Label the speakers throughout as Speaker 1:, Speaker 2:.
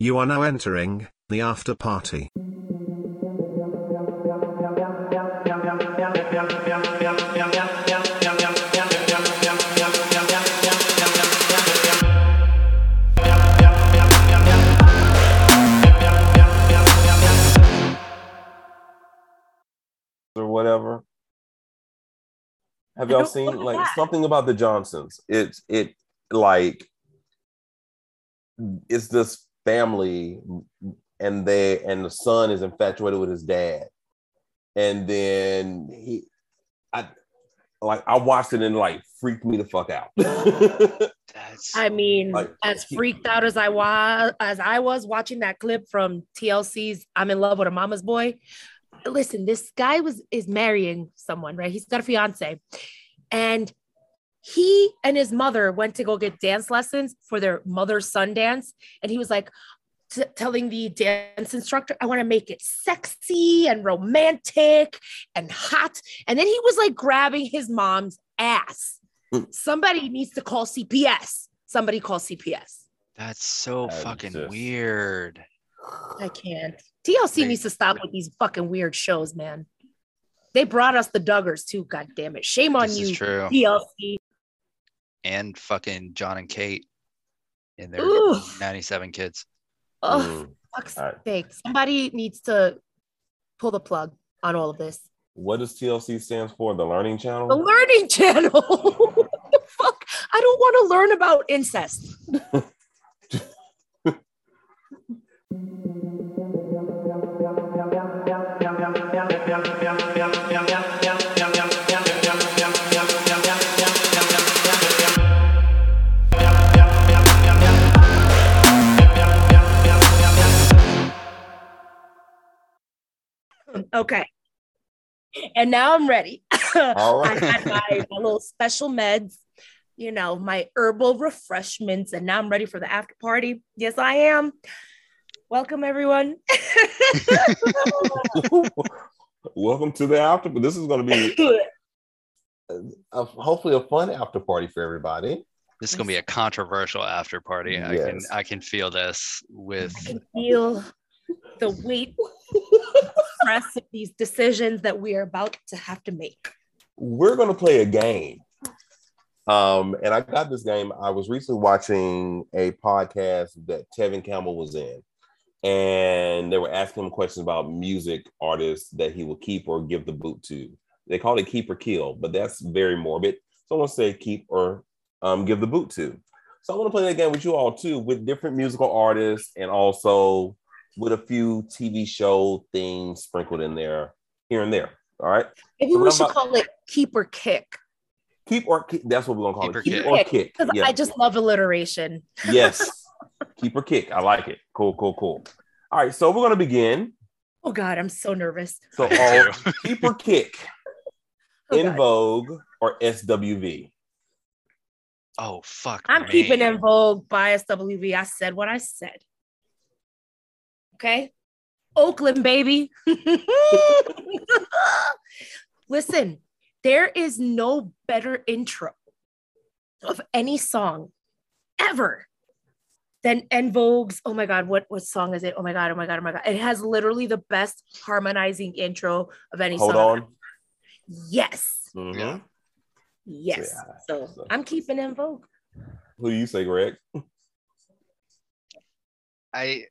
Speaker 1: You are now entering the after party.
Speaker 2: or whatever. Have
Speaker 3: I
Speaker 2: y'all
Speaker 3: don't- what
Speaker 2: seen
Speaker 3: was
Speaker 2: like
Speaker 3: that?
Speaker 2: something about the Johnsons? It's it like it's this family and they and the son is infatuated with his dad. And then he I like I watched it and like freaked me the fuck out. Mm.
Speaker 4: That's
Speaker 3: I mean,
Speaker 2: Like-
Speaker 3: as freaked out as I was as I was watching that clip from TLC's "I'm in Love with a Mama's Boy." Listen, this guy was is marrying someone, right? He's got a fiance, and he and his mother went to go get dance lessons for their mother's son dance, and he was like. t- telling the dance instructor, I want to make it sexy and romantic and hot. And then he was like grabbing his mom's ass.
Speaker 2: Mm.
Speaker 3: Somebody needs to call CPS. Somebody call CPS.
Speaker 4: that's so
Speaker 2: That is
Speaker 4: fucking
Speaker 2: just-
Speaker 4: weird.
Speaker 3: I can't. TLC
Speaker 4: They-
Speaker 3: needs to stop with these fucking weird shows, man. They brought us the Duggars too. God damn it! Shame on
Speaker 4: This is
Speaker 3: you,
Speaker 4: true.
Speaker 3: TLC.
Speaker 4: And fucking John and Kate and their
Speaker 3: Ooh.
Speaker 4: 97 kids.
Speaker 3: Oh,
Speaker 2: Mm.
Speaker 3: fuck's
Speaker 2: all right.
Speaker 3: sake! Somebody needs to pull the plug on all of this.
Speaker 2: What does TLC stands for? The Learning
Speaker 3: The
Speaker 2: Channel?
Speaker 3: Learning Channel. what the fuck? I don't want to learn about incest. Okay. And now I'm ready.
Speaker 2: All
Speaker 3: I
Speaker 2: right.
Speaker 3: had my, my little special meds, you know, my herbal refreshments, and now I'm ready for the after party. Yes, I am. Welcome, everyone.
Speaker 2: Welcome to the after. This is going to be a, hopefully a fun after party for everybody.
Speaker 4: This is gonna be a controversial after party. I can
Speaker 2: Yes.
Speaker 4: I can feel this with
Speaker 3: I can feel the weight press of these decisions that we are about to have to make.
Speaker 2: We're going to play a game. Um, and I got this game. I was recently watching a podcast that Tevin Campbell was in, and they were asking him questions about music artists that he will keep or give the boot to. They called it keep or kill, but that's very morbid. So I want to say keep or um, give the boot to. So I want to play that game with you all too, with different musical artists and also with a few TV show things sprinkled in there, here and there. All right.
Speaker 3: Maybe we
Speaker 2: What
Speaker 3: should
Speaker 2: about-
Speaker 3: call it keep or kick
Speaker 2: Keep or kick. That's what we're gonna call
Speaker 4: Keep or
Speaker 2: it. Keep
Speaker 4: kick.
Speaker 2: or kick.
Speaker 3: because
Speaker 2: Yeah.
Speaker 3: I just love alliteration.
Speaker 2: yes. Keep or kick. I like it. Cool, cool, cool. All right. So we're gonna begin.
Speaker 3: Oh God, I'm so nervous.
Speaker 2: So
Speaker 4: I do
Speaker 2: all
Speaker 4: too.
Speaker 2: keep or kick,
Speaker 3: Oh,
Speaker 2: in
Speaker 3: God.
Speaker 2: vogue or SWV.
Speaker 4: oh fuck.
Speaker 3: I'm keeping
Speaker 4: me.
Speaker 3: in vogue bias WV. I said what I said. Okay. Oakland, baby. Listen, there is no better intro of any song ever than En Vogue's. Oh my God, what, what song is it? Oh my God, oh my God, oh my God. It has literally the best harmonizing intro of any
Speaker 2: Hold
Speaker 3: song.
Speaker 2: on.
Speaker 3: Yes.
Speaker 2: Mhm.
Speaker 4: Yeah.
Speaker 3: Yes.
Speaker 2: Yeah.
Speaker 3: So I'm keeping En Vogue.
Speaker 2: Who do you say, Greg?
Speaker 4: I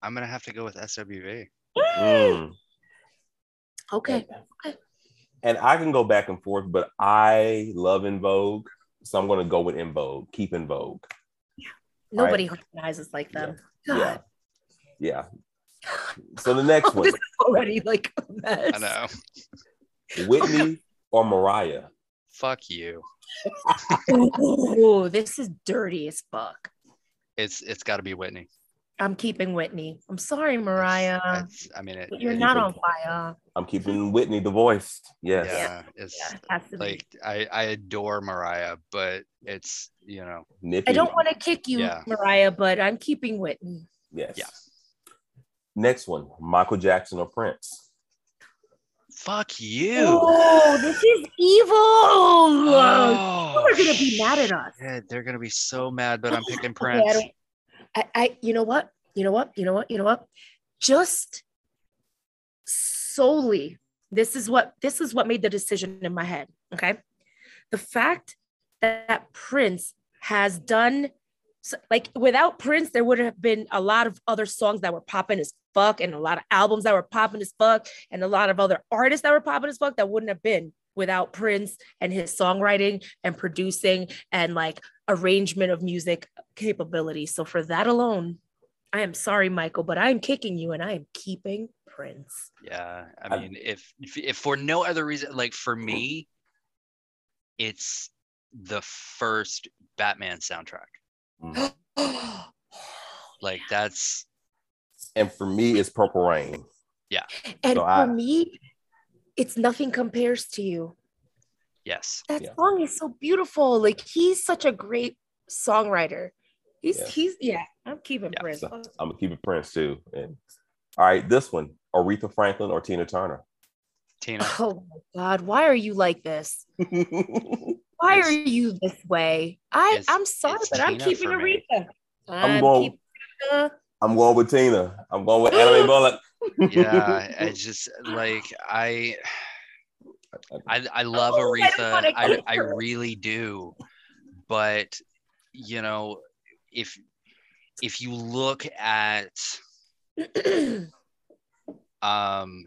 Speaker 4: I'm gonna have to go with SWV.
Speaker 2: Mm.
Speaker 3: Okay.
Speaker 2: And I can go back and forth, but I love in vogue. So I'm gonna go with in vogue. Keep in vogue.
Speaker 3: Nobody harmonizes like
Speaker 2: Yeah.
Speaker 3: them.
Speaker 2: Yeah.
Speaker 3: God,
Speaker 2: Yeah. So the next one,
Speaker 3: This is already like a mess.
Speaker 4: I know.
Speaker 2: Whitney or Mariah?
Speaker 4: Fuck you.
Speaker 3: Ooh, this is dirty as fuck.
Speaker 4: It's it's gotta be Whitney.
Speaker 3: I'm keeping Whitney. I'm sorry,
Speaker 4: It's-
Speaker 3: Mariah,
Speaker 4: it's- I mean it,
Speaker 3: but you're
Speaker 4: it-
Speaker 3: not on fire.
Speaker 2: I'm keeping Whitney the voice. Yes.
Speaker 4: Yeah, it's
Speaker 3: Yeah, it has to be.
Speaker 4: like I I adore Mariah, but it's you know
Speaker 2: Nippy.
Speaker 3: I don't want to kick you,
Speaker 4: Yeah.
Speaker 3: Mariah, but I'm keeping Whitney.
Speaker 2: Yes.
Speaker 4: Yeah.
Speaker 2: Next one, Michael Jackson or Prince.
Speaker 4: fuck you.
Speaker 3: Oh, this is evil.
Speaker 4: Oh,
Speaker 3: People are gonna be mad at us.
Speaker 4: shit, they're gonna be so mad, but I'm picking
Speaker 3: Okay, I
Speaker 4: Prince.
Speaker 3: don't- I, I you know what you know what you know what you know what just solely this is what this is what made the decision in my head okay the fact that prince has done so, like without prince there would have been a lot of other songs that were popping as fuck and a lot of albums that were popping as fuck and a lot of other artists that were popping as fuck that wouldn't have been without prince and his songwriting and producing and like arrangement of music capability so for that alone i am sorry michael but i'm kicking you and i am keeping prince
Speaker 4: Yeah, I
Speaker 2: I-
Speaker 4: mean, if, if if for no other reason, like for me, it's the first Batman soundtrack.
Speaker 2: Mhm.
Speaker 4: Like that's
Speaker 2: And for me, it's Purple Rain. So
Speaker 3: and for
Speaker 2: I-
Speaker 3: me it's nothing compares to you
Speaker 4: yes,
Speaker 3: that
Speaker 2: Yeah.
Speaker 3: song is so beautiful. Like he's such a great songwriter. He's
Speaker 2: Yeah.
Speaker 3: he's yeah, I'm keeping
Speaker 4: Yeah,
Speaker 3: Prince.
Speaker 2: so- I'm gonna keep it Prince too. And all right, this one: Aretha Franklin or Tina Turner.
Speaker 4: Tina.
Speaker 3: Oh my god, why are you like this?
Speaker 2: I'm
Speaker 3: Why
Speaker 4: It's-
Speaker 3: are you this way? I
Speaker 4: it's-
Speaker 3: I'm sorry,
Speaker 4: it's
Speaker 3: but I'm
Speaker 4: Tina
Speaker 3: keeping
Speaker 4: for me.
Speaker 3: Aretha. I'm
Speaker 2: going-
Speaker 3: keeping Aretha.
Speaker 2: going with Tina. I'm going with Anime Bullet.
Speaker 4: yeah, I just like I. I, I love
Speaker 3: Oh, I didn't
Speaker 4: Aretha.
Speaker 3: wanna
Speaker 4: I,
Speaker 3: kill
Speaker 4: I
Speaker 3: her.
Speaker 4: really do. But you know, if if you look at um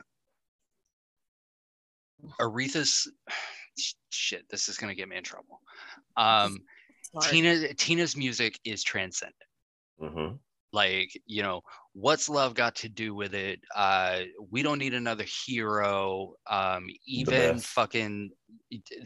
Speaker 4: Aretha's shit, this is gonna get me in trouble. Um
Speaker 3: Sorry.
Speaker 4: Tina Tina's music is transcendent.
Speaker 2: Mhm.
Speaker 4: Like, you know, what's love got to do with it? Uh we don't need another hero. Um even
Speaker 2: best.
Speaker 4: fucking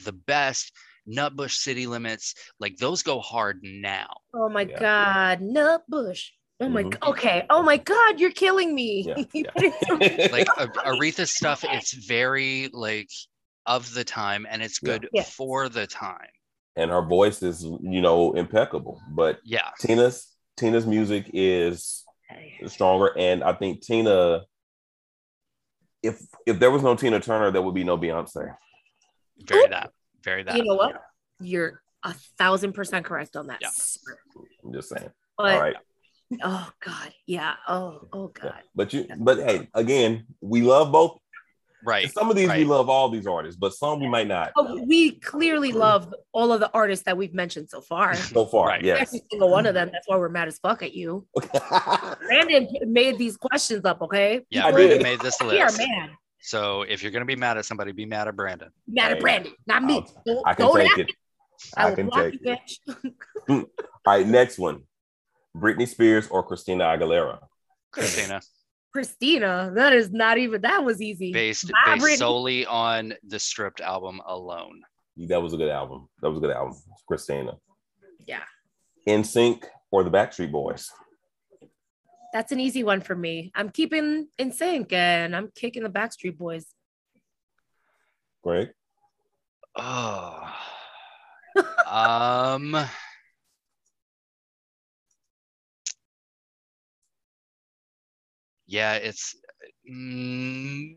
Speaker 4: the best Nutbush City Limits, like those go hard now.
Speaker 3: Oh my
Speaker 2: Yeah.
Speaker 3: god, Nut Bush. Oh my
Speaker 2: Mhm.
Speaker 3: god. Okay. Oh my god, you're killing me.
Speaker 2: Yeah,
Speaker 3: You
Speaker 2: yeah.
Speaker 3: put it so-
Speaker 4: like A- Aretha's stuff, it's very like of the time and it's
Speaker 2: Yeah.
Speaker 4: good
Speaker 3: Yeah.
Speaker 4: for the time.
Speaker 2: and her voice is, you know, impeccable. But
Speaker 4: Yeah.
Speaker 2: Tina's Tina's music is stronger, and I think Tina. If if there was no Tina Turner, there would be no Beyonce.
Speaker 4: Very
Speaker 3: Oop.
Speaker 4: that. Very that.
Speaker 3: you know what? You're a thousand percent correct on that.
Speaker 4: Yeah.
Speaker 3: Sorry.
Speaker 2: I'm just saying.
Speaker 3: But
Speaker 2: All right,
Speaker 3: Oh God, yeah. Oh, oh
Speaker 2: Yeah.
Speaker 3: God.
Speaker 2: but you, but hey, again, we love both.
Speaker 4: Right.
Speaker 2: Some of these we
Speaker 4: right.
Speaker 2: love all these artists, but some we might not.
Speaker 3: Oh, we clearly love all of the artists that we've mentioned so far.
Speaker 2: So far,
Speaker 4: Right.
Speaker 2: yes.
Speaker 3: Every single one of them. That's why we're mad as fuck at you. Brandon made these questions up. Okay,
Speaker 4: Yeah,
Speaker 2: I
Speaker 4: Brandon
Speaker 2: did.
Speaker 4: made this
Speaker 3: we are
Speaker 4: list.
Speaker 3: mad.
Speaker 4: So if you're gonna be mad at somebody, be mad at Brandon.
Speaker 3: Mad
Speaker 2: Hey,
Speaker 3: at Brandon, not me.
Speaker 2: I'll-
Speaker 3: Don't-
Speaker 2: I can
Speaker 3: don't
Speaker 2: take
Speaker 3: act-
Speaker 2: it.
Speaker 3: I
Speaker 2: I
Speaker 3: will
Speaker 2: can
Speaker 3: block
Speaker 2: take
Speaker 3: you,
Speaker 2: it.
Speaker 3: bitch.
Speaker 2: All right, next one: Britney Spears or Christina Aguilera.
Speaker 4: Christina,
Speaker 3: Christina, that is not even. That was easy.
Speaker 4: based
Speaker 3: Bye, Britney.
Speaker 4: based solely on the stripped album alone.
Speaker 2: That was a good album. That was a good album, Christina.
Speaker 3: Yeah,
Speaker 2: In Sync or the Backstreet Boys.
Speaker 3: that's an easy one for me. I'm keeping in sync, and I'm kicking the Backstreet Boys.
Speaker 2: Greg,
Speaker 4: Oh. um Yeah, it's mm,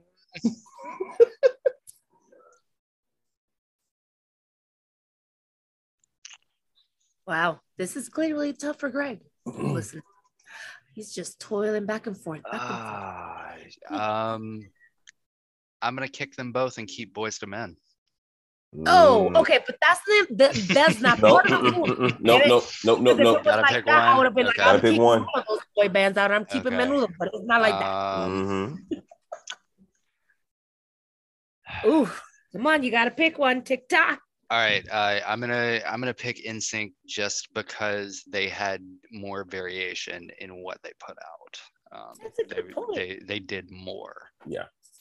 Speaker 3: Wow, this is clearly tough for Greg.
Speaker 2: Hmm.
Speaker 3: Listen, he's just toiling back and forth. Back and forth.
Speaker 4: Ah, um, I'm gonna kick them both and keep Boys to Men.
Speaker 2: Mm-hmm.
Speaker 3: Oh, okay, but that's the, the that's not
Speaker 2: No,
Speaker 3: part of the rule.
Speaker 2: no, no, no, no,
Speaker 3: If it
Speaker 2: no.
Speaker 3: was
Speaker 4: Gotta
Speaker 3: like
Speaker 4: pick
Speaker 3: that, I
Speaker 4: one.
Speaker 3: would have been like,
Speaker 4: Okay. Gotta
Speaker 3: I'm
Speaker 2: pick
Speaker 3: keeping
Speaker 2: one.
Speaker 3: all of those boy bands out. I'm keeping
Speaker 4: Okay.
Speaker 3: Manula, but it's not like
Speaker 4: Um,
Speaker 2: Mhm.
Speaker 3: that.
Speaker 4: Ah.
Speaker 3: Ooh, come on, you gotta pick one. Tick tock.
Speaker 4: All right, uh, I'm gonna I'm gonna pick NSYNC just because they had more variation in what they put out. Um,
Speaker 3: That's a
Speaker 4: they,
Speaker 3: good point.
Speaker 4: they they did more.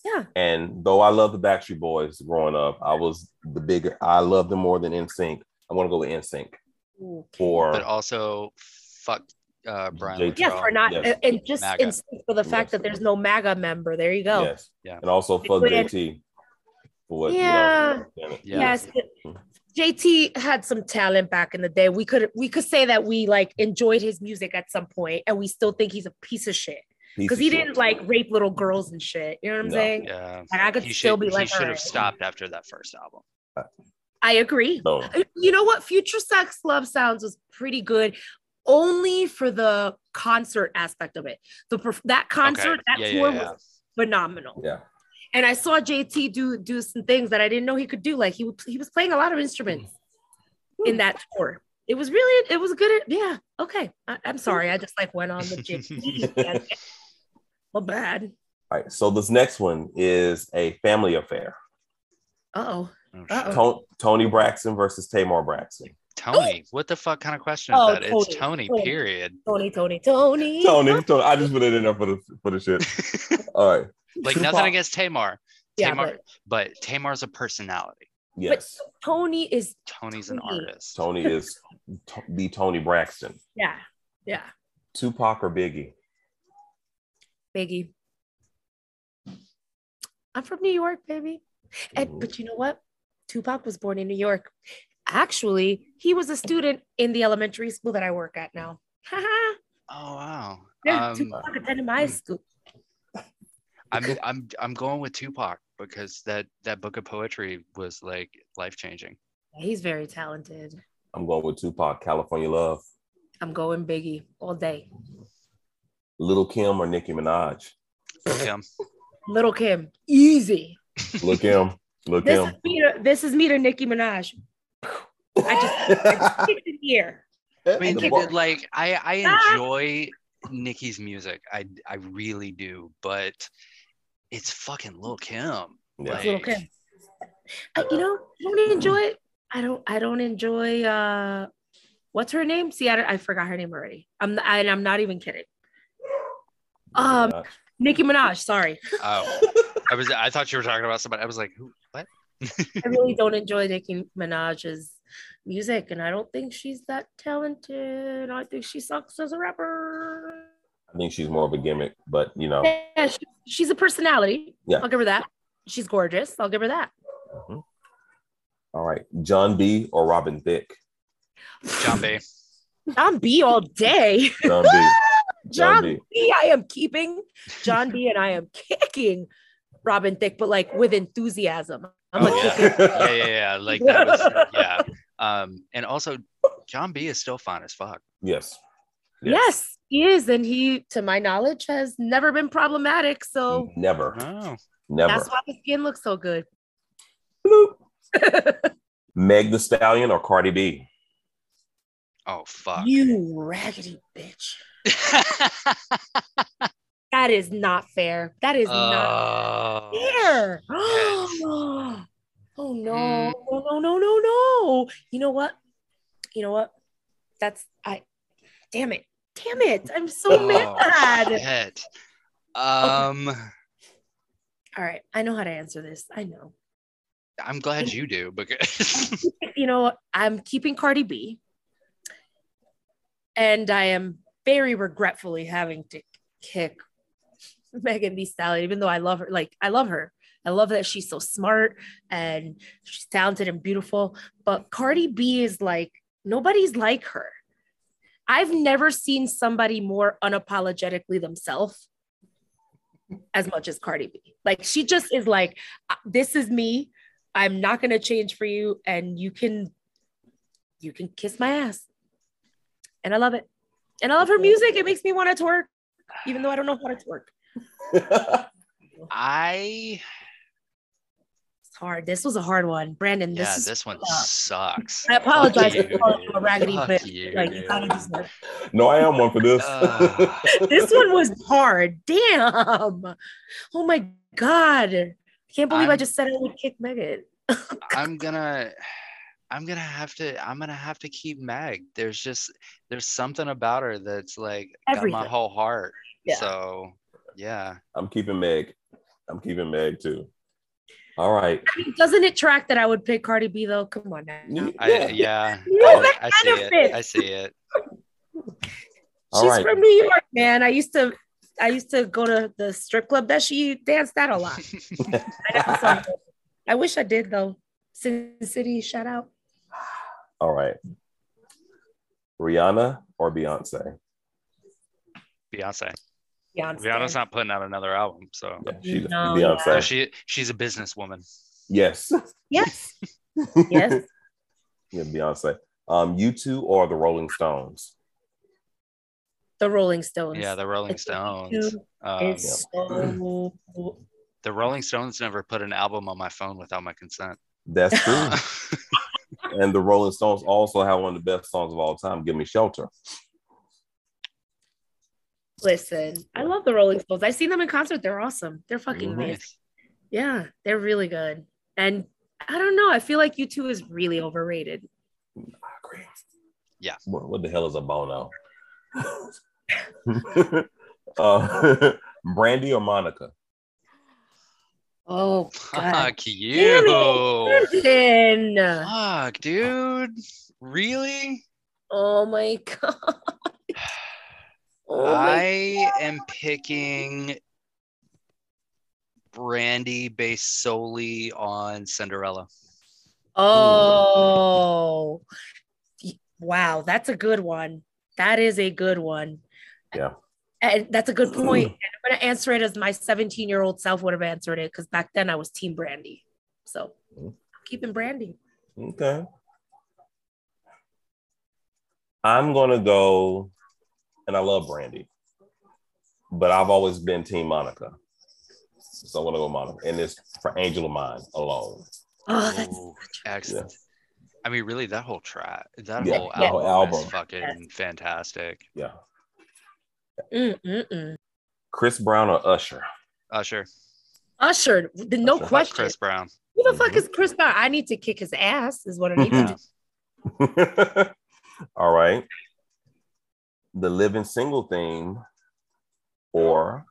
Speaker 3: Yeah,
Speaker 2: And though I love the Backstreet Boys growing up, I was the bigger. I loved them more than In Sync. I want to go with In Sync
Speaker 3: Ooh.
Speaker 2: for
Speaker 4: but also fuck uh, Brian.
Speaker 2: Jake-
Speaker 3: yeah,
Speaker 4: Withdrawal.
Speaker 3: for not uh,
Speaker 2: Yes.
Speaker 3: and just
Speaker 4: MAGA.
Speaker 3: in, for the fact
Speaker 2: Yes.
Speaker 3: that there's no MAGA member. There you go.
Speaker 2: yes,
Speaker 4: Yeah.
Speaker 2: and also for
Speaker 3: Liquid.
Speaker 2: JT. For what, you know,
Speaker 3: Yeah.
Speaker 2: damn it.
Speaker 4: Yeah.
Speaker 3: Yes. but JT had some talent back in the day. We could we could say that we like enjoyed his music at some point, and we still think he's a piece of shit
Speaker 2: Piece
Speaker 3: because
Speaker 2: of
Speaker 3: he
Speaker 2: shit.
Speaker 3: didn't like rape little girls and shit. You know what I'm
Speaker 2: No.
Speaker 3: saying?
Speaker 4: Yeah,
Speaker 3: Like I could
Speaker 4: he
Speaker 3: still
Speaker 4: should
Speaker 3: be
Speaker 4: he
Speaker 3: like,
Speaker 4: should
Speaker 3: "All
Speaker 4: have
Speaker 3: right."
Speaker 4: stopped after that first album.
Speaker 3: I agree. Uh,
Speaker 2: No.
Speaker 3: You know what? Future Sex Love Sounds was pretty good. only for the concert aspect of it. The perf- that concert, that
Speaker 4: Yeah, yeah,
Speaker 3: tour
Speaker 4: yeah.
Speaker 3: was phenomenal.
Speaker 2: Yeah.
Speaker 3: And I saw JT do do some things that I didn't know he could do. Like he would- he was playing a lot of instruments in that tour. It was really it was good. Yeah. Okay. I, I'm sorry. I just like went on the JT. well, bad.
Speaker 2: All right. So this next one is a family affair.
Speaker 3: Uh oh.
Speaker 4: Oh, shit.
Speaker 3: Uh-oh.
Speaker 2: Ton- Tony Braxton versus Tamar Braxton.
Speaker 4: Tony, what the fuck kind of question
Speaker 3: Oh,
Speaker 4: is that? It's
Speaker 3: Tony,
Speaker 4: Tony,
Speaker 3: Tony.
Speaker 4: period.
Speaker 3: Tony, Tony, Tony.
Speaker 2: Tony, Tony, I just put it in there for the for the shit. All right.
Speaker 4: like
Speaker 2: Tupac.
Speaker 4: nothing against Tamar,
Speaker 3: Yeah,
Speaker 4: Tamar,
Speaker 3: but
Speaker 4: but, Tamar's a personality.
Speaker 2: Yes.
Speaker 3: Tony is
Speaker 4: Tony's an
Speaker 3: Tony.
Speaker 4: artist.
Speaker 2: Tony is to- be Tony Braxton.
Speaker 3: yeah, yeah.
Speaker 2: Tupac or Biggie?
Speaker 3: Biggie. I'm from New York, baby. And
Speaker 2: Mhm.
Speaker 3: but you know what? Tupac was born in New York. Actually, he was a student in the elementary school that I work at now. Haha.
Speaker 4: Oh wow.
Speaker 3: yeah,
Speaker 4: Um,
Speaker 3: Tupac attended my
Speaker 4: hmm.
Speaker 3: school.
Speaker 4: I'm I'm I'm going with Tupac because that that book of poetry was like life changing.
Speaker 3: Yeah, He's very talented.
Speaker 2: I'm going with Tupac, California Love.
Speaker 3: I'm going Biggie all day.
Speaker 2: Little Kim or Nicki Minaj?
Speaker 4: Kim,
Speaker 3: Little Kim, easy.
Speaker 2: Look him. Look
Speaker 3: This
Speaker 2: him.
Speaker 3: is me to this is me to Nicki Minaj. I Kicked it here.
Speaker 4: I mean,
Speaker 2: The
Speaker 4: you
Speaker 2: bar-
Speaker 4: did, like I I
Speaker 3: Ah.
Speaker 4: enjoy Nicki's music. I I really do, but it's fucking Lil Kim.
Speaker 2: Yeah.
Speaker 3: It's Lil' Kim. I, you know, I don't enjoy it. I don't. I don't enjoy. uh What's her name? See, I, don't- I forgot her name already. I'm I, and I'm not even kidding. Um,
Speaker 2: Minaj.
Speaker 3: Nicki Minaj. Sorry,
Speaker 4: Oh, I was I thought you were talking about somebody. I was like, who? What?
Speaker 3: I really don't enjoy Nicki Minaj's music, and I don't think she's that talented. I think she sucks as a rapper.
Speaker 2: I think she's more of a gimmick, but you know,
Speaker 3: Yeah, she- she's a personality.
Speaker 2: Yeah.
Speaker 3: I'll give her that. She's gorgeous. I'll give her that.
Speaker 2: all right. John B or Robin Thicke?
Speaker 4: John B.
Speaker 3: John B all day.
Speaker 2: John B.
Speaker 3: John
Speaker 2: B.
Speaker 3: B, I am keeping John B and I am kicking Robin Thicke, but like with enthusiasm. I'm
Speaker 4: Oh,
Speaker 3: like,
Speaker 4: yeah. yeah, yeah, yeah. Like that was yeah. Um, and also John B is still fine as fuck.
Speaker 2: Yes.
Speaker 3: yes, he is. And he, to my knowledge, has never been problematic. So
Speaker 2: Never.
Speaker 4: Oh,
Speaker 2: Mm, Never.
Speaker 3: that's why the skin looks so good.
Speaker 2: Bloop. Meg the Stallion or Cardi B?
Speaker 4: oh fuck.
Speaker 3: You raggedy bitch. That is not fair. That is
Speaker 4: Oh.
Speaker 3: not fair.
Speaker 4: yes.
Speaker 3: oh no.
Speaker 4: Mm.
Speaker 3: No, no, no, no, no. You know what? You know what? That's I damn it. Damn it. I'm so
Speaker 4: Oh.
Speaker 3: mad.
Speaker 4: shit. Um,
Speaker 3: All right, I know how to answer this. I know.
Speaker 4: I'm glad you do because
Speaker 3: You know, I'm keeping Cardi B, and I am very regretfully having to kick Megan Thee Stallion, even though I love her. Like, I love her. I love that she's so smart and she's talented and beautiful. But Cardi B is like nobody's like her. I've never seen somebody more unapologetically themselves as much as Cardi B. Like, she just is like, "Uh, this is me. I'm not gonna change for you, and you can you can kiss my ass. And I love it. And I love her music. It makes me want to twerk, even though I don't know how to twerk.
Speaker 4: I
Speaker 3: It's hard. This was a hard one. Brandon, this
Speaker 4: yeah,
Speaker 3: is
Speaker 4: this one
Speaker 3: sucks.
Speaker 4: sucks.
Speaker 3: I apologize
Speaker 4: Fuck
Speaker 3: for calling you a
Speaker 4: dude.
Speaker 3: raggedy
Speaker 4: Fuck
Speaker 3: bitch.
Speaker 4: you,
Speaker 3: like
Speaker 4: dude.
Speaker 3: you gotta deserve
Speaker 2: no, I am one for this.
Speaker 4: Ah.
Speaker 3: it. this one was hard. Damn. Oh my god. I can't believe i
Speaker 4: I'm-
Speaker 3: just said I would kick Megan.
Speaker 4: I'm gonna I'm gonna have to I'm gonna have to keep Meg. There's just there's something about her that's like got
Speaker 3: Everything.
Speaker 4: my whole heart.
Speaker 3: Yeah.
Speaker 4: So yeah.
Speaker 2: I'm keeping Meg. I'm keeping Meg too. All right.
Speaker 3: I mean, doesn't it track that I would pick Cardi B though? Come on now.
Speaker 2: Yeah.
Speaker 4: I, yeah.
Speaker 3: No,
Speaker 4: I,
Speaker 3: that
Speaker 4: I see it.
Speaker 3: benefits.
Speaker 4: I see it.
Speaker 2: All
Speaker 3: She's
Speaker 2: right.
Speaker 3: from New York, man. I used to I used to go to the strip club that she danced at a lot. I never saw her. I wish I did though. Sin City, shout out.
Speaker 2: All right. Rihanna or Beyonce?
Speaker 4: Beyonce.
Speaker 3: Beyonce.
Speaker 4: Rihanna's not putting out another album, so
Speaker 2: Yeah, she's
Speaker 3: No,
Speaker 2: Beyonce.
Speaker 4: So she she's a businesswoman.
Speaker 2: Yes.
Speaker 3: Yes. Yes.
Speaker 2: yeah, Beyonce. Um, you two or the Rolling Stones?
Speaker 3: the Rolling Stones.
Speaker 4: Yeah, the Rolling
Speaker 3: It's a
Speaker 4: Stones.
Speaker 3: two-
Speaker 4: Um,
Speaker 3: It's so
Speaker 4: the Rolling Stones never put an album on my phone without my consent.
Speaker 2: That's true. and the Rolling Stones also have one of the best songs of all time, "Give Me Shelter."
Speaker 3: listen. I love the Rolling Stones. I've seen them in concert. They're awesome. They're fucking
Speaker 2: Mhm.
Speaker 3: amazing. Yeah, they're really good. And I don't know. I feel like U2 is really overrated.
Speaker 2: I agree.
Speaker 4: Yeah.
Speaker 2: What, what the hell is a bono? uh, Brandy or Monica?
Speaker 3: Oh, God.
Speaker 4: Fuck
Speaker 3: Damn
Speaker 4: you.
Speaker 3: it, Kristen.
Speaker 4: Fuck, dude. Really?
Speaker 3: Oh, my God. Oh,
Speaker 4: Ah.
Speaker 3: my-
Speaker 4: I am picking Brandy based solely on Cinderella.
Speaker 3: Oh, Y- wow. That's a good one. That is a good one.
Speaker 2: Yeah.
Speaker 3: And that's a good
Speaker 4: Mm-hmm.
Speaker 3: point. And I'm going to answer it as my 17 year old self would have answered it because back then I was Team Brandy. So
Speaker 2: Mm.
Speaker 4: Mm-hmm.
Speaker 3: I'm keeping Brandy.
Speaker 2: Okay. I'm gonna go, and I love Brandy, but I've always been Team Monica, so I'm gonna go Monica, and it's for Angel of Mine alone.
Speaker 3: Oh, that's
Speaker 4: Ooh, excellent. I mean, really, that whole track, that
Speaker 2: Yeah,
Speaker 4: whole
Speaker 2: that
Speaker 4: album,
Speaker 2: whole
Speaker 4: is
Speaker 2: album.
Speaker 4: fucking fantastic.
Speaker 2: Yeah,
Speaker 3: mm, mm, mm.
Speaker 2: Chris Brown or Usher?
Speaker 4: Usher,
Speaker 3: Usher. the- No
Speaker 2: Usher. Fuck
Speaker 3: question.
Speaker 4: Chris Brown.
Speaker 3: Who the
Speaker 4: Mm-hmm.
Speaker 3: fuck is Chris Brown? I need to kick his ass, is what I need to do.
Speaker 2: All right. The living single thing, or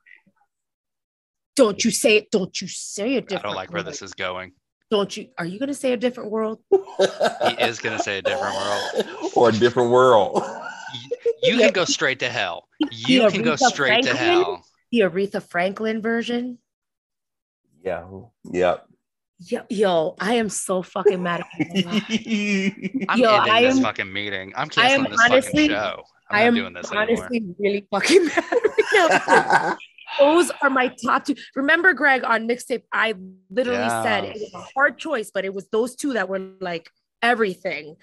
Speaker 3: Don't you say it. Don't you say it.
Speaker 4: I
Speaker 3: Different
Speaker 4: don't like where
Speaker 3: world.
Speaker 4: this is going.
Speaker 3: Don't you? Are you going to say a different world?
Speaker 4: He is going to say a different world.
Speaker 2: or a different world.
Speaker 4: You can go straight to hell. You
Speaker 3: Yeah,
Speaker 4: can go
Speaker 3: Aretha
Speaker 4: straight to
Speaker 3: Franklin.
Speaker 4: hell.
Speaker 3: The Aretha Franklin version?
Speaker 2: yeah. Yeah.
Speaker 3: Yo, yo I am so fucking mad at you.
Speaker 4: I'm
Speaker 3: Yo,
Speaker 4: ending
Speaker 3: I
Speaker 4: this
Speaker 3: am-
Speaker 4: fucking meeting. I'm
Speaker 3: I am
Speaker 4: canceling this
Speaker 3: honestly-
Speaker 4: fucking show. I'm
Speaker 3: I
Speaker 4: not
Speaker 3: am
Speaker 4: doing this anymore.
Speaker 3: honestly really fucking mad right now. Those are my top two. Remember, Greg, on mixtape, I literally
Speaker 4: Yeah.
Speaker 3: said it was a hard choice, but it was those two that were like everything.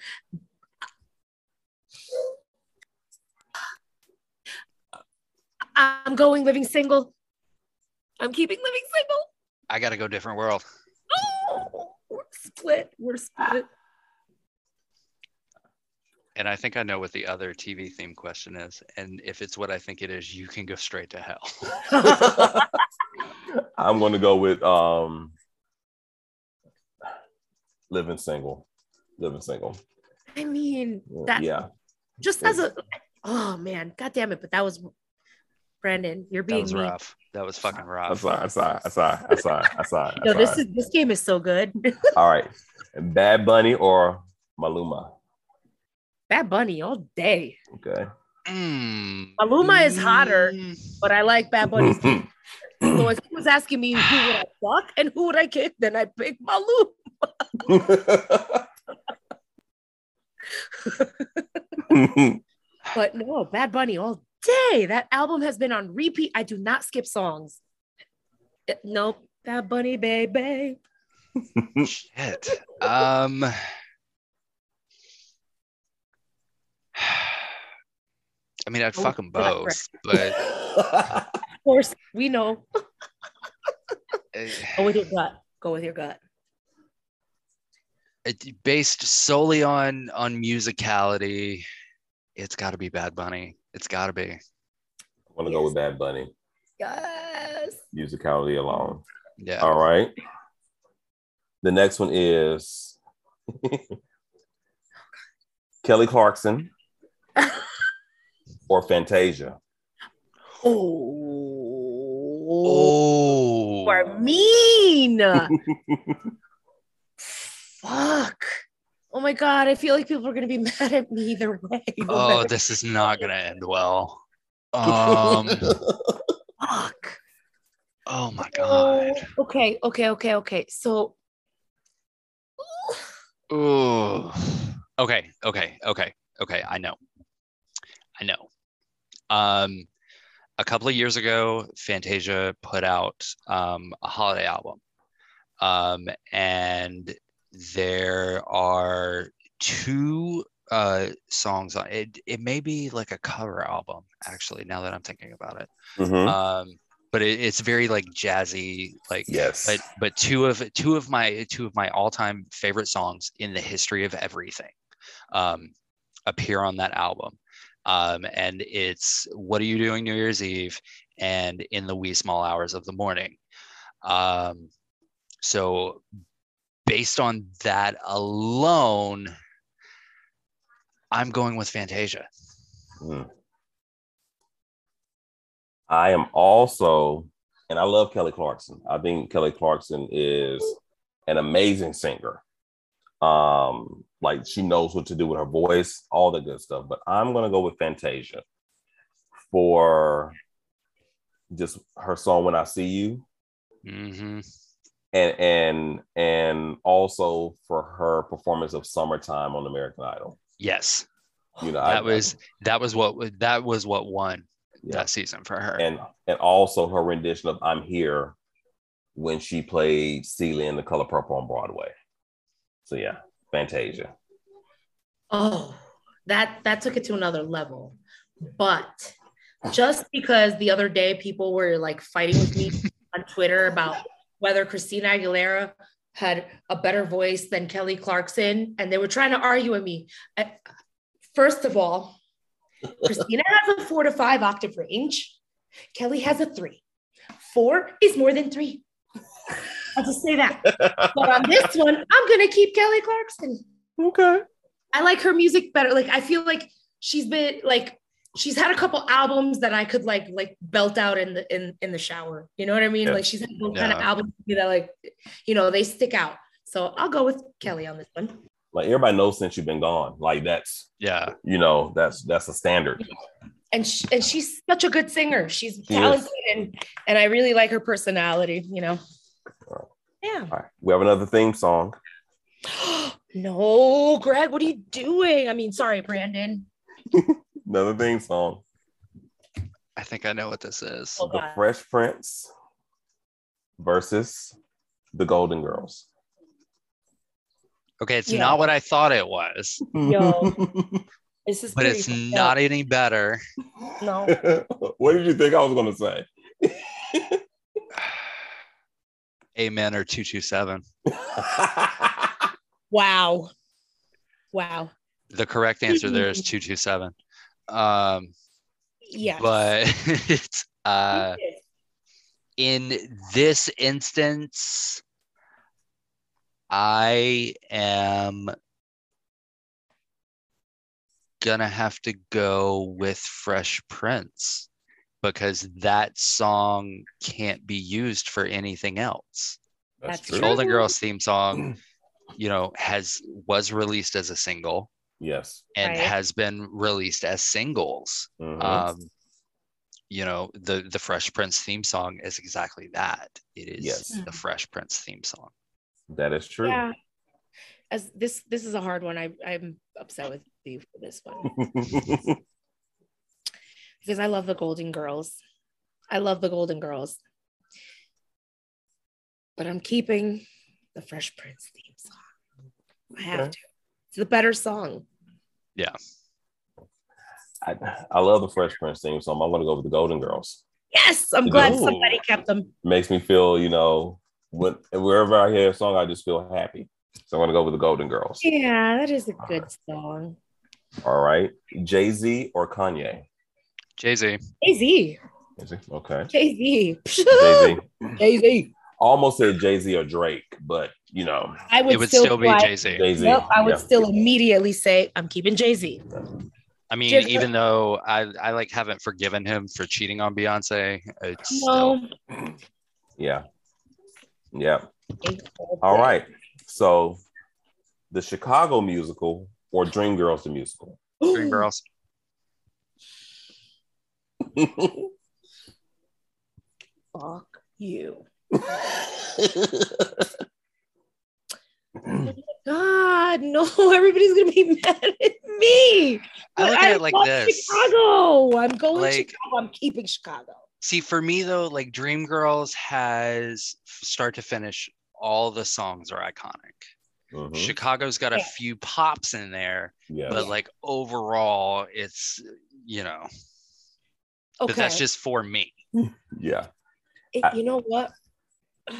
Speaker 3: I'm going living single. I'm keeping living single.
Speaker 4: I got to go different world.
Speaker 3: Oh, we're split. We're split.
Speaker 4: And I think I know what the other TV theme question is. And if it's what I think it is, you can go straight to hell.
Speaker 2: I'm going to go with um, living single. Living single.
Speaker 3: I mean, that
Speaker 2: yeah.
Speaker 3: just as a oh man, god damn it, but that was Brandon, you're
Speaker 4: That
Speaker 3: being
Speaker 4: was
Speaker 3: mean.
Speaker 4: rough. That was fucking
Speaker 2: I'm
Speaker 4: rough.
Speaker 2: sorry. I'm sorry. I'm sorry. I'm sorry. I'm sorry.
Speaker 3: Yo,
Speaker 2: I'm
Speaker 3: this
Speaker 2: sorry.
Speaker 3: is this game is so good.
Speaker 2: All right. Bad Bunny or Maluma?
Speaker 3: Bad Bunny all day.
Speaker 2: Okay.
Speaker 4: Mm.
Speaker 3: Maluma is hotter,
Speaker 4: Mm.
Speaker 3: but I like Bad Bunny's. so if he was asking me who would I fuck and who would I kick, then I pick Maluma. But no, Bad Bunny all day. That album has been on repeat. I do not skip songs. Eh, Nope. Bad Bunny, baby.
Speaker 4: Shit. Um. I mean, I'd
Speaker 3: Oh,
Speaker 4: fuck them
Speaker 3: yeah,
Speaker 4: both, but
Speaker 3: Of course, we know.
Speaker 4: uh,
Speaker 3: Go with your gut. Go with your gut.
Speaker 4: it- based solely on on musicality, it's got to be Bad Bunny. It's got to be.
Speaker 2: I'm going to go with Bad Bunny.
Speaker 3: Yes.
Speaker 2: Musicality alone.
Speaker 4: Yeah.
Speaker 2: All right. The next one is Kelly Clarkson or Fantasia.
Speaker 3: Oh,
Speaker 4: Oh.
Speaker 3: you are mean. Fuck. Oh my god, I feel like people are gonna be mad at me either way. no
Speaker 4: Oh,
Speaker 3: matter-
Speaker 4: this is not gonna end well. Um.
Speaker 3: fuck.
Speaker 4: oh my
Speaker 3: Oh,
Speaker 4: god.
Speaker 3: okay, okay, okay, okay. So
Speaker 4: Ooh. Okay. Okay. Okay. Okay. I know. I know. Um, a couple of years ago, Fantasia put out um, a holiday album, um, and there are two uh songs on it. It may be like a cover album, actually, now that I'm thinking about it.
Speaker 2: Mhm.
Speaker 4: Um, but it, it's very like jazzy, like
Speaker 2: yes.
Speaker 4: but but two of two of my two of my all-time favorite songs in the history of everything um, appear on that album um, and it's what are you doing new year's eve and in the wee small hours of the morning um, so based on that alone i'm going with fantasia
Speaker 2: Mm. I am also, and I love Kelly Clarkson. I think Kelly Clarkson is an amazing singer. Um, like she knows what to do with her voice, all the good stuff. But I'm gonna go with Fantasia for just her song "When I See You," Mm-hmm.
Speaker 4: hmm
Speaker 2: and and and also for her performance of "Summertime" on American Idol.
Speaker 4: yes
Speaker 2: You know, I-
Speaker 4: that was that was what that was what won
Speaker 2: Yeah.
Speaker 4: that season for her
Speaker 2: and and also her rendition of "I'm Here" when she played Celia in *The Color Purple* on Broadway. So yeah, Fantasia.
Speaker 3: Oh, that that took it to another level. But just because the other day people were like fighting with me on Twitter about whether Christina Aguilera had a better voice than Kelly Clarkson, and they were trying to argue with me. I- First of all, Christina has a four to five octave range. Kelly has a three. Four is more than three. I'll just say that. But on this one, I'm gonna keep Kelly Clarkson.
Speaker 2: Okay.
Speaker 3: I like her music better. Like I feel like she's been like she's had a couple albums that I could like like belt out in the in in the shower. You know what I mean?
Speaker 2: Yeah.
Speaker 3: Like she's had those kind of
Speaker 4: Yeah.
Speaker 3: albums that like you know they stick out. So I'll go with Kelly on this one.
Speaker 2: Like everybody knows since you've been gone. Like that's
Speaker 4: yeah
Speaker 2: you know that's that's a standard.
Speaker 3: And she, and she's such a good singer. She's
Speaker 2: She is.
Speaker 3: talented and and I really like her personality. You know. Yeah.
Speaker 2: All right, we have another theme song.
Speaker 3: no, Greg, what are you doing? I mean, sorry, Brandon.
Speaker 2: Another theme song.
Speaker 4: i think i know what this is
Speaker 3: Hold
Speaker 2: The
Speaker 3: on.
Speaker 2: Fresh Prince versus the Golden Girls.
Speaker 4: Okay, it's
Speaker 3: Yeah.
Speaker 4: not what I thought it was,
Speaker 3: Yo. This is
Speaker 4: but
Speaker 3: pretty
Speaker 4: it's
Speaker 3: fucked
Speaker 4: not
Speaker 3: up.
Speaker 4: any better.
Speaker 3: no.
Speaker 2: what did you think I was gonna say?
Speaker 4: Amen or 227.
Speaker 3: Wow. Wow.
Speaker 4: The correct answer there is 227. Um,
Speaker 3: Yes.
Speaker 4: but it's, uh,
Speaker 3: It is.
Speaker 4: in this instance, I am gonna have to go with Fresh Prince because that song can't be used for anything else.
Speaker 3: That's
Speaker 4: The
Speaker 3: True.
Speaker 4: Golden Girls theme song, you know, has was released as a single
Speaker 2: Yes.
Speaker 4: and
Speaker 3: Right.
Speaker 4: has been released as singles.
Speaker 2: Mhm.
Speaker 3: Uh,
Speaker 4: Um, you know, the the Fresh Prince theme song is exactly that. It is
Speaker 2: Yes.
Speaker 3: Hmm.
Speaker 4: the Fresh Prince theme song.
Speaker 2: that is true.
Speaker 3: Yeah. As this this is a hard one. I I'm upset with you for this one because I love the Golden Girls. I love the Golden Girls. But I'm keeping the Fresh Prince theme song. I have
Speaker 2: Okay.
Speaker 3: to. It's the better song.
Speaker 2: I, I love the Fresh Prince theme, so I'm going to go with the Golden Girls.
Speaker 3: Yes, I'm glad
Speaker 4: Ooh.
Speaker 3: somebody kept them.
Speaker 2: Makes me feel, you know, when, wherever I hear a song, I just feel happy. So I'm going to go with the Golden Girls.
Speaker 3: Yeah, that is a good song.
Speaker 2: All right. Jay Z or Kanye?
Speaker 4: Jay Z.
Speaker 3: Jay Z.
Speaker 2: Is it? Okay.
Speaker 3: Jay Z.
Speaker 2: Jay Z.
Speaker 3: Jay Z.
Speaker 2: Almost said Jay Z or Drake, but, you know,
Speaker 3: I would,
Speaker 4: It would
Speaker 3: still,
Speaker 4: still be
Speaker 3: fly-
Speaker 4: Jay Z.
Speaker 2: Jay Z.
Speaker 3: Nope, I would still immediately say I'm keeping Jay Z.
Speaker 4: I mean,
Speaker 3: Jay-Z.
Speaker 4: even though I, I like haven't forgiven him for cheating on Beyonce, it's still,
Speaker 3: No.
Speaker 2: Yeah. Yeah. All right. So the Chicago musical or Dreamgirls the musical?
Speaker 4: Dream Girls.
Speaker 3: Fuck you. God, no! Everybody's gonna be mad at
Speaker 4: I
Speaker 3: me.
Speaker 4: look
Speaker 3: But
Speaker 4: at it like
Speaker 3: love
Speaker 4: this.
Speaker 3: Chicago. I'm going
Speaker 4: Like-
Speaker 3: Chicago. I'm keeping Chicago.
Speaker 4: See, for me though, like Dream Girls has f- start to finish, all the songs are iconic.
Speaker 2: Mhm.
Speaker 4: Chicago's got a
Speaker 3: Yeah.
Speaker 4: few pops in there,
Speaker 2: Yeah.
Speaker 4: but like overall, it's you know,
Speaker 3: Okay.
Speaker 4: but that's just for me.
Speaker 2: yeah.
Speaker 3: It- you know what? I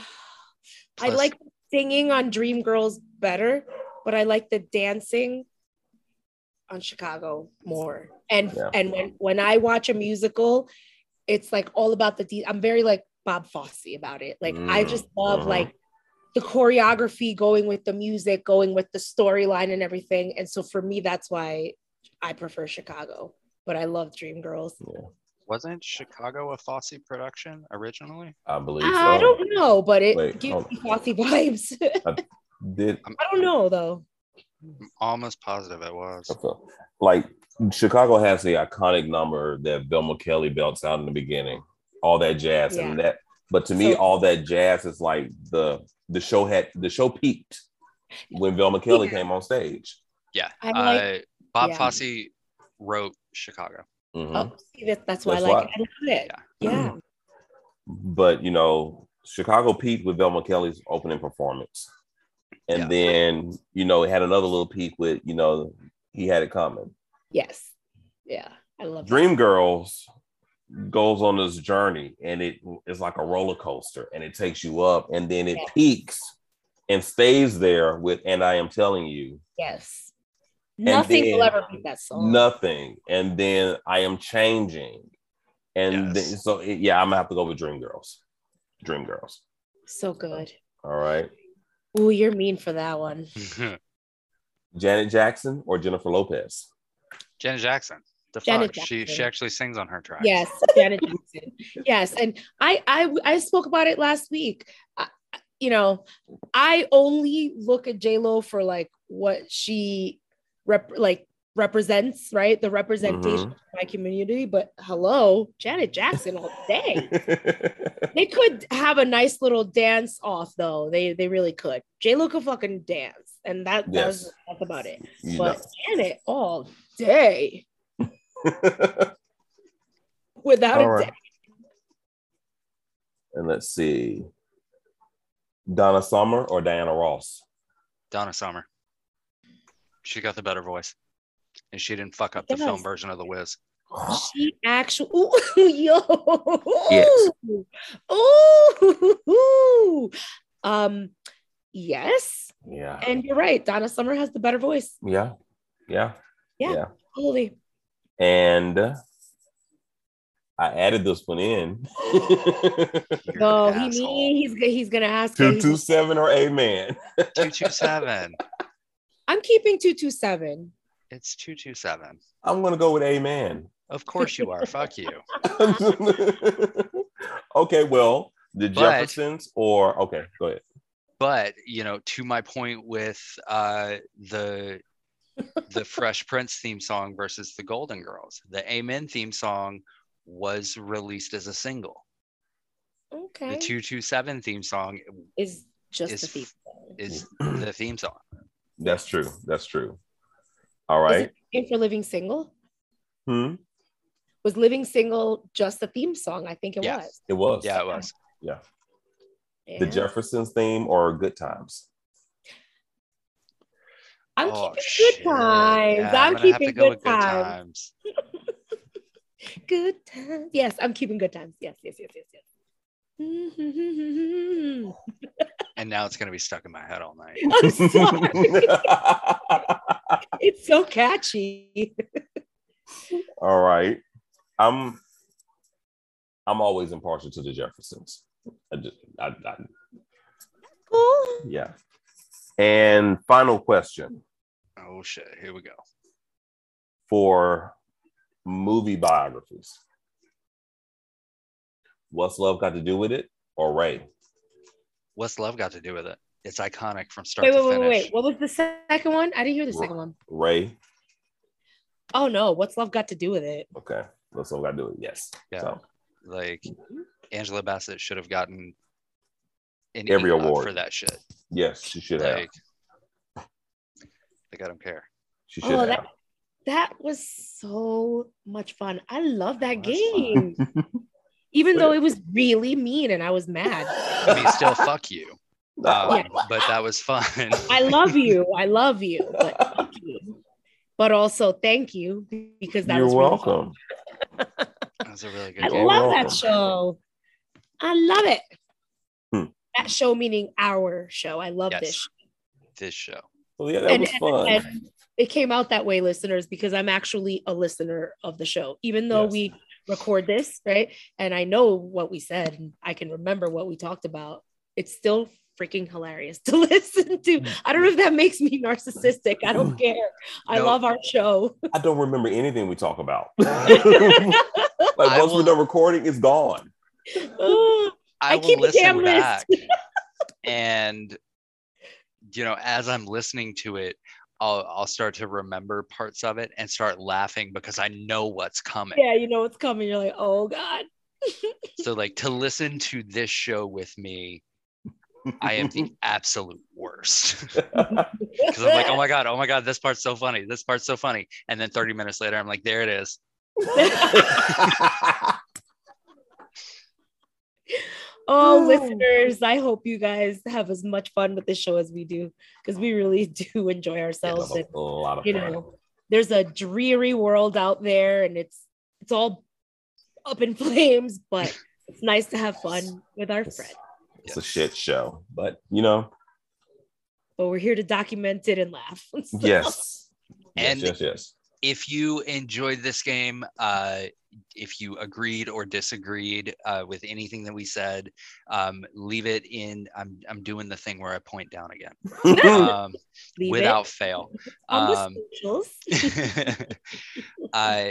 Speaker 4: Plus-
Speaker 3: like singing on Dreamgirls better, but I like the dancing on Chicago more. And
Speaker 2: Yeah.
Speaker 3: and when when I watch a musical, it's like all about the. De- I'm very like Bob Fosse about it. Like I
Speaker 2: Mm,
Speaker 3: just love
Speaker 2: mhm.
Speaker 3: like the choreography going with the music, going with the storyline and everything. And so for me, that's why I prefer Chicago. But I love Dreamgirls.
Speaker 4: wasn't Chicago a Fosse production originally?
Speaker 2: I believe so.
Speaker 3: I don't know, but it
Speaker 2: uh, Wait,
Speaker 3: gives
Speaker 2: hold
Speaker 3: me Fosse vibes.
Speaker 2: Did
Speaker 3: I don't know though.
Speaker 4: I'm almost positive it was.
Speaker 2: so, like Chicago has the iconic number that Bill McKelly belts out in the beginning, all that jazz and that. But to me,
Speaker 3: So-
Speaker 2: all that jazz is like the the show had the show peaked when Bill McKelly
Speaker 3: Yeah.
Speaker 2: came on stage.
Speaker 4: Yeah.
Speaker 3: I like-
Speaker 4: uh, Bob
Speaker 3: yeah.
Speaker 4: Fosse wrote Chicago.
Speaker 2: Mhm.
Speaker 3: Oh, see, that, that's why
Speaker 2: That's
Speaker 3: I like
Speaker 2: why. Mm-hmm.
Speaker 3: it. I love it. Yeah.
Speaker 2: but you know, Chicago peaked with Velma Kelly's opening performance, and
Speaker 4: Yeah.
Speaker 2: then you know, it had another little peak with you know, he had it coming.
Speaker 3: Yes. Yeah. I love that.
Speaker 2: Dreamgirls goes on this journey, and it is like a roller coaster, and it takes you up, and then it
Speaker 3: Yeah.
Speaker 2: peaks and stays there with. And I am telling you,
Speaker 3: Yes. Nothing will
Speaker 2: then-
Speaker 3: ever beat that song.
Speaker 2: nothing. And then I am changing, and
Speaker 4: Yes.
Speaker 2: then, so it- yeah, I'm gonna have to go with Dreamgirls. Dreamgirls.
Speaker 3: So good.
Speaker 2: All right.
Speaker 3: Ooh, you're mean for that one.
Speaker 2: Janet Jackson or Jennifer Lopez?
Speaker 4: Janet Jackson. The
Speaker 3: Janet
Speaker 4: fuck? She she
Speaker 3: Jackson.
Speaker 4: actually sings on her track.
Speaker 3: Yes, Janet Jackson. Yes, and I I I spoke about it last week. I, you know, I only look at J Lo for like what she rep like represents, right? The
Speaker 2: Mm-hmm.
Speaker 3: representation of my community. But hello, Janet Jackson all day. They could have a nice little dance off though. They they really could. J Lo could fucking dance, and that that was
Speaker 2: Yes.
Speaker 3: that's about it.
Speaker 2: You
Speaker 3: But Janet all day
Speaker 2: know.
Speaker 3: without
Speaker 2: All
Speaker 3: a
Speaker 2: right.
Speaker 3: doubt.
Speaker 2: and let's see. Donna Summer or Diana Ross?
Speaker 4: Donna Summer. She got the better voice. And she didn't fuck up the
Speaker 3: Yes.
Speaker 4: film version of The Wiz.
Speaker 3: She actually, yo,
Speaker 2: Yes.
Speaker 3: ooh, um, yes.
Speaker 2: Yeah.
Speaker 3: And you're right. Donna Summer has the better voice.
Speaker 2: yeah. Yeah.
Speaker 3: Yeah. Holy,
Speaker 2: And uh, I added this one in.
Speaker 4: You're
Speaker 3: no,
Speaker 4: an
Speaker 3: oh, he
Speaker 4: asshole.
Speaker 3: mean he's g- he's gonna ask. it.
Speaker 2: Two
Speaker 3: He's-
Speaker 2: two seven or a man.
Speaker 4: 227.
Speaker 3: I'm keeping two two seven.
Speaker 4: It's 227.
Speaker 2: I'm gonna go with a man.
Speaker 4: Of course you are. fuck you.
Speaker 2: okay, well, the
Speaker 4: But-
Speaker 2: Jeffersons or okay, go ahead.
Speaker 4: but you know to my point with uh the the fresh prince theme song versus the golden girls the amen theme song was released as a single
Speaker 3: Okay,
Speaker 4: the 227 theme song
Speaker 3: is just
Speaker 4: is
Speaker 3: the theme.
Speaker 4: f- is the theme song
Speaker 2: That's true. That's true. All right.
Speaker 3: And for living single
Speaker 2: hmm?
Speaker 3: was living single just the theme song? I think it
Speaker 4: Yeah.
Speaker 3: was.
Speaker 2: It was.
Speaker 4: yeah it was
Speaker 2: The
Speaker 3: Yeah.
Speaker 2: Jeffersons theme or Good Times?
Speaker 3: I'm
Speaker 4: Oh,
Speaker 3: keeping
Speaker 4: shit.
Speaker 3: good times.
Speaker 4: Yeah,
Speaker 3: I'm,
Speaker 4: gonna have to
Speaker 3: keeping
Speaker 4: go
Speaker 3: good
Speaker 4: with
Speaker 3: times. good times. Yes, I'm keeping good times. Yes, yes, yes, yes, yes. Mhm.
Speaker 4: and now it's gonna be stuck in my head all night
Speaker 3: I'm sorry. it's so catchy.
Speaker 2: All right. I'm I'm always impartial to the Jeffersons. I just, I, I,
Speaker 3: Cool.
Speaker 2: yeah. And final question
Speaker 4: oh shit here we go
Speaker 2: for movie biographies. What's love got to do with it? Or Ray?
Speaker 4: what's love got to do with it it's iconic from start
Speaker 3: Wait,
Speaker 4: to
Speaker 3: wait, wait, wait,
Speaker 4: finish
Speaker 3: wait. What was the second one? I didn't hear the second one.
Speaker 2: Ray.
Speaker 3: Oh no, what's love got to do with it?
Speaker 2: Okay. What's love got to do with it? Yes.
Speaker 4: Yeah.
Speaker 2: So,
Speaker 4: like Angela Bassett should have gotten an
Speaker 2: Every
Speaker 4: E-Hub
Speaker 2: award.
Speaker 4: for that shit.
Speaker 2: yes, she should have.
Speaker 4: Like, like I don't care.
Speaker 2: She should
Speaker 3: Oh,
Speaker 2: have.
Speaker 3: that that was so much fun. I love that
Speaker 4: That's
Speaker 3: game. Even though it was really mean and I was mad.
Speaker 4: I mean, still fuck you. Um,
Speaker 3: Yeah.
Speaker 4: But that was fun.
Speaker 3: I love you. I love you. But, fuck you. But also thank you because that
Speaker 2: You're
Speaker 3: was really fun.
Speaker 2: welcome.
Speaker 4: That was a really good
Speaker 3: I
Speaker 4: game.
Speaker 3: love
Speaker 2: welcome.
Speaker 3: that show. I love it.
Speaker 2: Hmm.
Speaker 3: That show meaning our show. I love this.
Speaker 4: Yes. This show.
Speaker 2: Well, yeah, that
Speaker 3: And-
Speaker 2: was fun.
Speaker 3: and it came out that way, listeners, because I'm actually a listener of the show, even though
Speaker 2: Yes.
Speaker 3: we record this, right? And I know what we said, and I can remember what we talked about. It's still freaking hilarious to listen to.
Speaker 4: Mm.
Speaker 3: I don't know if that makes me narcissistic. I don't care. I
Speaker 4: No.
Speaker 3: love our show.
Speaker 2: I don't remember anything we talk about. like
Speaker 4: I
Speaker 2: once
Speaker 4: will-
Speaker 2: we're done recording, it's gone.
Speaker 3: Ah,
Speaker 4: I,
Speaker 3: I
Speaker 4: will
Speaker 3: keep a damn
Speaker 4: listen
Speaker 3: list.
Speaker 4: back. and you know, as I'm listening to it, I'll I'll start to remember parts of it and start laughing because I know what's coming.
Speaker 3: yeah, you know what's coming. You're like, oh God.
Speaker 4: So like to listen to this show with me, I am the absolute worst. Because I'm like, oh my god, oh my god, this part's so funny. This part's so funny. And then 30 minutes later, I'm like, there it is.
Speaker 3: Oh, Ooh. Oh, listeners, I hope you guys have as much fun with this show as we do because we really do enjoy
Speaker 2: It
Speaker 3: ourselves.
Speaker 2: was
Speaker 3: And
Speaker 2: a lot of
Speaker 3: you
Speaker 2: fun.
Speaker 3: know, there's a dreary world out there and it's it's all up in flames, but it's nice to have fun with our
Speaker 2: Yes.
Speaker 3: friends.
Speaker 2: It's a shit show, but you know,
Speaker 3: But we're here to document it and laugh. So-
Speaker 2: yes,
Speaker 4: And-
Speaker 2: yes, yes, yes.
Speaker 4: if you enjoyed this game, uh, if you agreed or disagreed uh, with anything that we said, um, leave it in. I'm, I'm doing the thing where I point down again um,
Speaker 3: leave
Speaker 4: without
Speaker 3: it
Speaker 4: fail.
Speaker 3: on the
Speaker 4: um,
Speaker 3: socials.
Speaker 4: uh,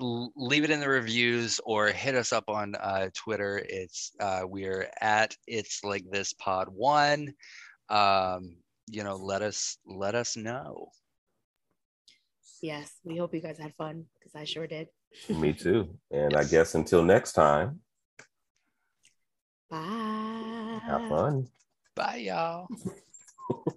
Speaker 4: l- leave it in the reviews or hit us up on uh, Twitter. It's uh, we're at it's like this pod one. Um, you know, let us let us know.
Speaker 3: Yes, we hope you guys had fun because I sure did.
Speaker 2: Me too. And I guess until next time,
Speaker 3: Bye.
Speaker 2: have fun.
Speaker 3: Ah.
Speaker 4: Bye, y'all.